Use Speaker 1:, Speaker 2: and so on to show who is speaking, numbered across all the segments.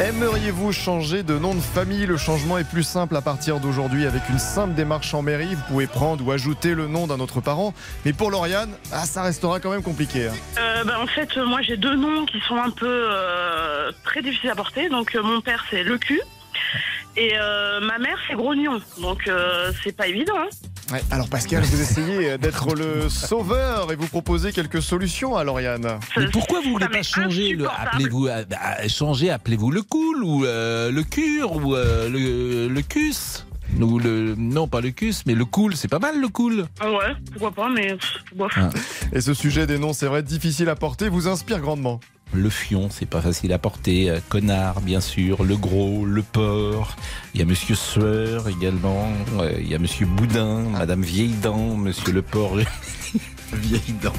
Speaker 1: Aimeriez-vous changer de nom de famille Le changement est plus simple à partir d'aujourd'hui avec une simple démarche en mairie. Vous pouvez prendre ou ajouter le nom d'un autre parent. Mais pour Lauriane, ah, ça restera quand même compliqué. hein.
Speaker 2: Euh, bah, en fait, euh, moi j'ai deux noms qui sont un peu euh, très difficiles à porter. Donc euh, mon père c'est le cul et euh, ma mère c'est grognon. Donc euh, c'est pas évident. hein.
Speaker 1: Ouais, Alors Pascal, vous essayez euh, d'être le sauveur et vous proposez quelques solutions à Lauriane.
Speaker 3: Mais
Speaker 2: Ça-
Speaker 3: pourquoi vous voulez
Speaker 2: ça
Speaker 3: pas
Speaker 2: m'est
Speaker 3: changer le
Speaker 2: insupportable.
Speaker 3: appelez-vous ah, bah, changer appelez-vous le cool ou euh, le cure ou euh, le le cus ou le non pas le cus mais le cool c'est pas mal le cool
Speaker 2: Ouais, pourquoi pas, mais pff, bof.
Speaker 3: Ah.
Speaker 1: Et ce sujet des noms, c'est vrai, difficile à porter, vous inspire grandement.
Speaker 3: le fion c'est pas facile à porter euh, connard bien sûr le gros le porc il y a monsieur sueur également ouais, il y a monsieur boudin
Speaker 4: Ah.
Speaker 3: madame vieille dent monsieur le porc vieille dent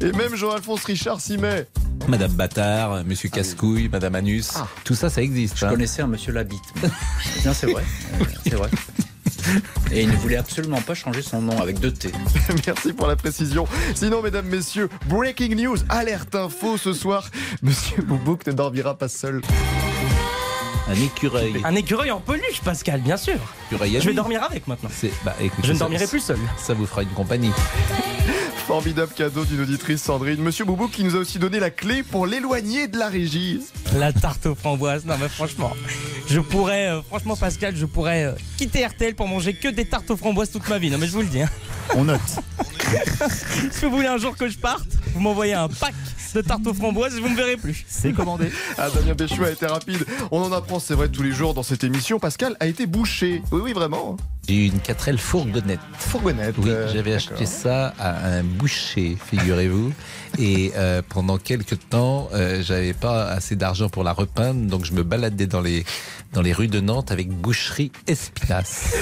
Speaker 1: Et même Jean-Alphonse Richard s'y met.
Speaker 3: madame bâtard
Speaker 4: Ah,
Speaker 3: monsieur casse-couille madame anus tout ça ça existe
Speaker 5: Je
Speaker 3: hein.
Speaker 5: connaissais un monsieur Labitte. Non, c'est vrai. Euh, C'est vrai. Et il ne voulait absolument pas changer son nom avec deux T.
Speaker 1: Merci pour la précision. Sinon, mesdames, messieurs, breaking news, alerte info ce soir. Monsieur Boubouk ne dormira pas seul.
Speaker 3: un écureuil
Speaker 4: Un écureuil en peluche, Pascal, bien sûr.
Speaker 3: écureuil à
Speaker 4: Je vais
Speaker 3: nuit.
Speaker 4: dormir avec maintenant.
Speaker 3: Eh C'est- bah, écoute,
Speaker 4: Je ne
Speaker 3: ça-
Speaker 4: dormirai plus seul.
Speaker 3: Ça vous fera une compagnie.
Speaker 1: Formidable cadeau d'une auditrice Sandrine. Monsieur Boubou qui nous a aussi donné la clé pour l'éloigner de la régie.
Speaker 4: La tarte aux framboises, non mais franchement, je pourrais, euh, franchement Pascal, je pourrais euh, quitter RTL pour manger que des tartes aux framboises toute ma vie. Non mais je vous le dis. hein.
Speaker 6: On note.
Speaker 4: Si vous voulez un jour que je parte, vous m'envoyez un pack de tartes aux framboises et vous me verrez plus.
Speaker 6: C'est commandé.
Speaker 1: Ah, Damien Béchou a été rapide. On en apprend, c'est vrai, tous les jours dans cette émission. Pascal a été bouché. Oui, oui, vraiment.
Speaker 3: J'ai eu une quatrelle fourgonnette.
Speaker 1: Fourgonnette.
Speaker 3: Oui,
Speaker 1: euh,
Speaker 3: j'avais
Speaker 1: d'accord.
Speaker 3: acheté ça à un boucher, figurez-vous. Et euh, pendant quelques temps, euh, j'avais pas assez d'argent pour la repeindre, donc je me baladais dans les, dans les rues de Nantes avec boucherie Espinasse.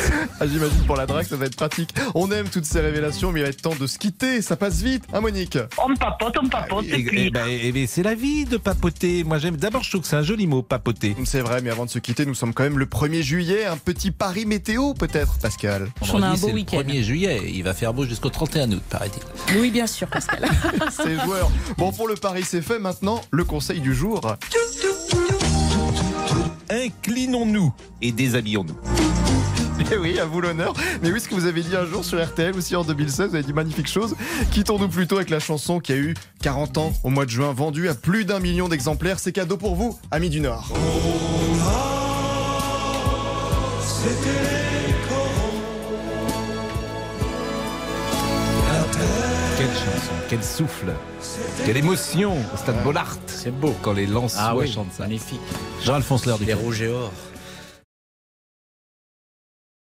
Speaker 1: Ah, J'imagine pour la drague, ça va être pratique. On aime toutes ces révélations, mais il va être temps de se quitter. Ça passe vite, hein, Monique
Speaker 2: On me papote, on me papote, et,
Speaker 3: Et-
Speaker 2: puis
Speaker 3: et ben, et ben, c'est la vie de papoter. Moi, j'aime. D'abord, je trouve que c'est un joli mot, papoter.
Speaker 1: C'est vrai, mais avant de se quitter, nous sommes quand même le 1er juillet. Un petit pari météo, peut-être, Pascal
Speaker 3: On a un beau week-end. Le 1er juillet, il va faire beau jusqu'au 31 août, paraît-il.
Speaker 7: Oui, bien sûr, Pascal.
Speaker 1: Ces joueurs. Bon, pour le pari, c'est fait. Maintenant, le conseil du jour.
Speaker 3: Inclinons-nous et déshabillons-nous.
Speaker 1: Eh oui, à vous l'honneur. Mais oui, ce que vous avez dit un jour sur RTL aussi en 2016, vous avez dit magnifique chose. Quittons-nous plutôt avec la chanson qui a eu 40 ans au mois de juin, vendue à plus d'un million d'exemplaires. C'est cadeau pour vous, amis du Nord.
Speaker 3: Quelle chanson, quel souffle, quelle émotion au stade Bollard. C'est beau quand les lanceurs chantent ça.
Speaker 5: magnifique.
Speaker 3: Jean-Alphonse Lerdu.
Speaker 5: Les rouges et or.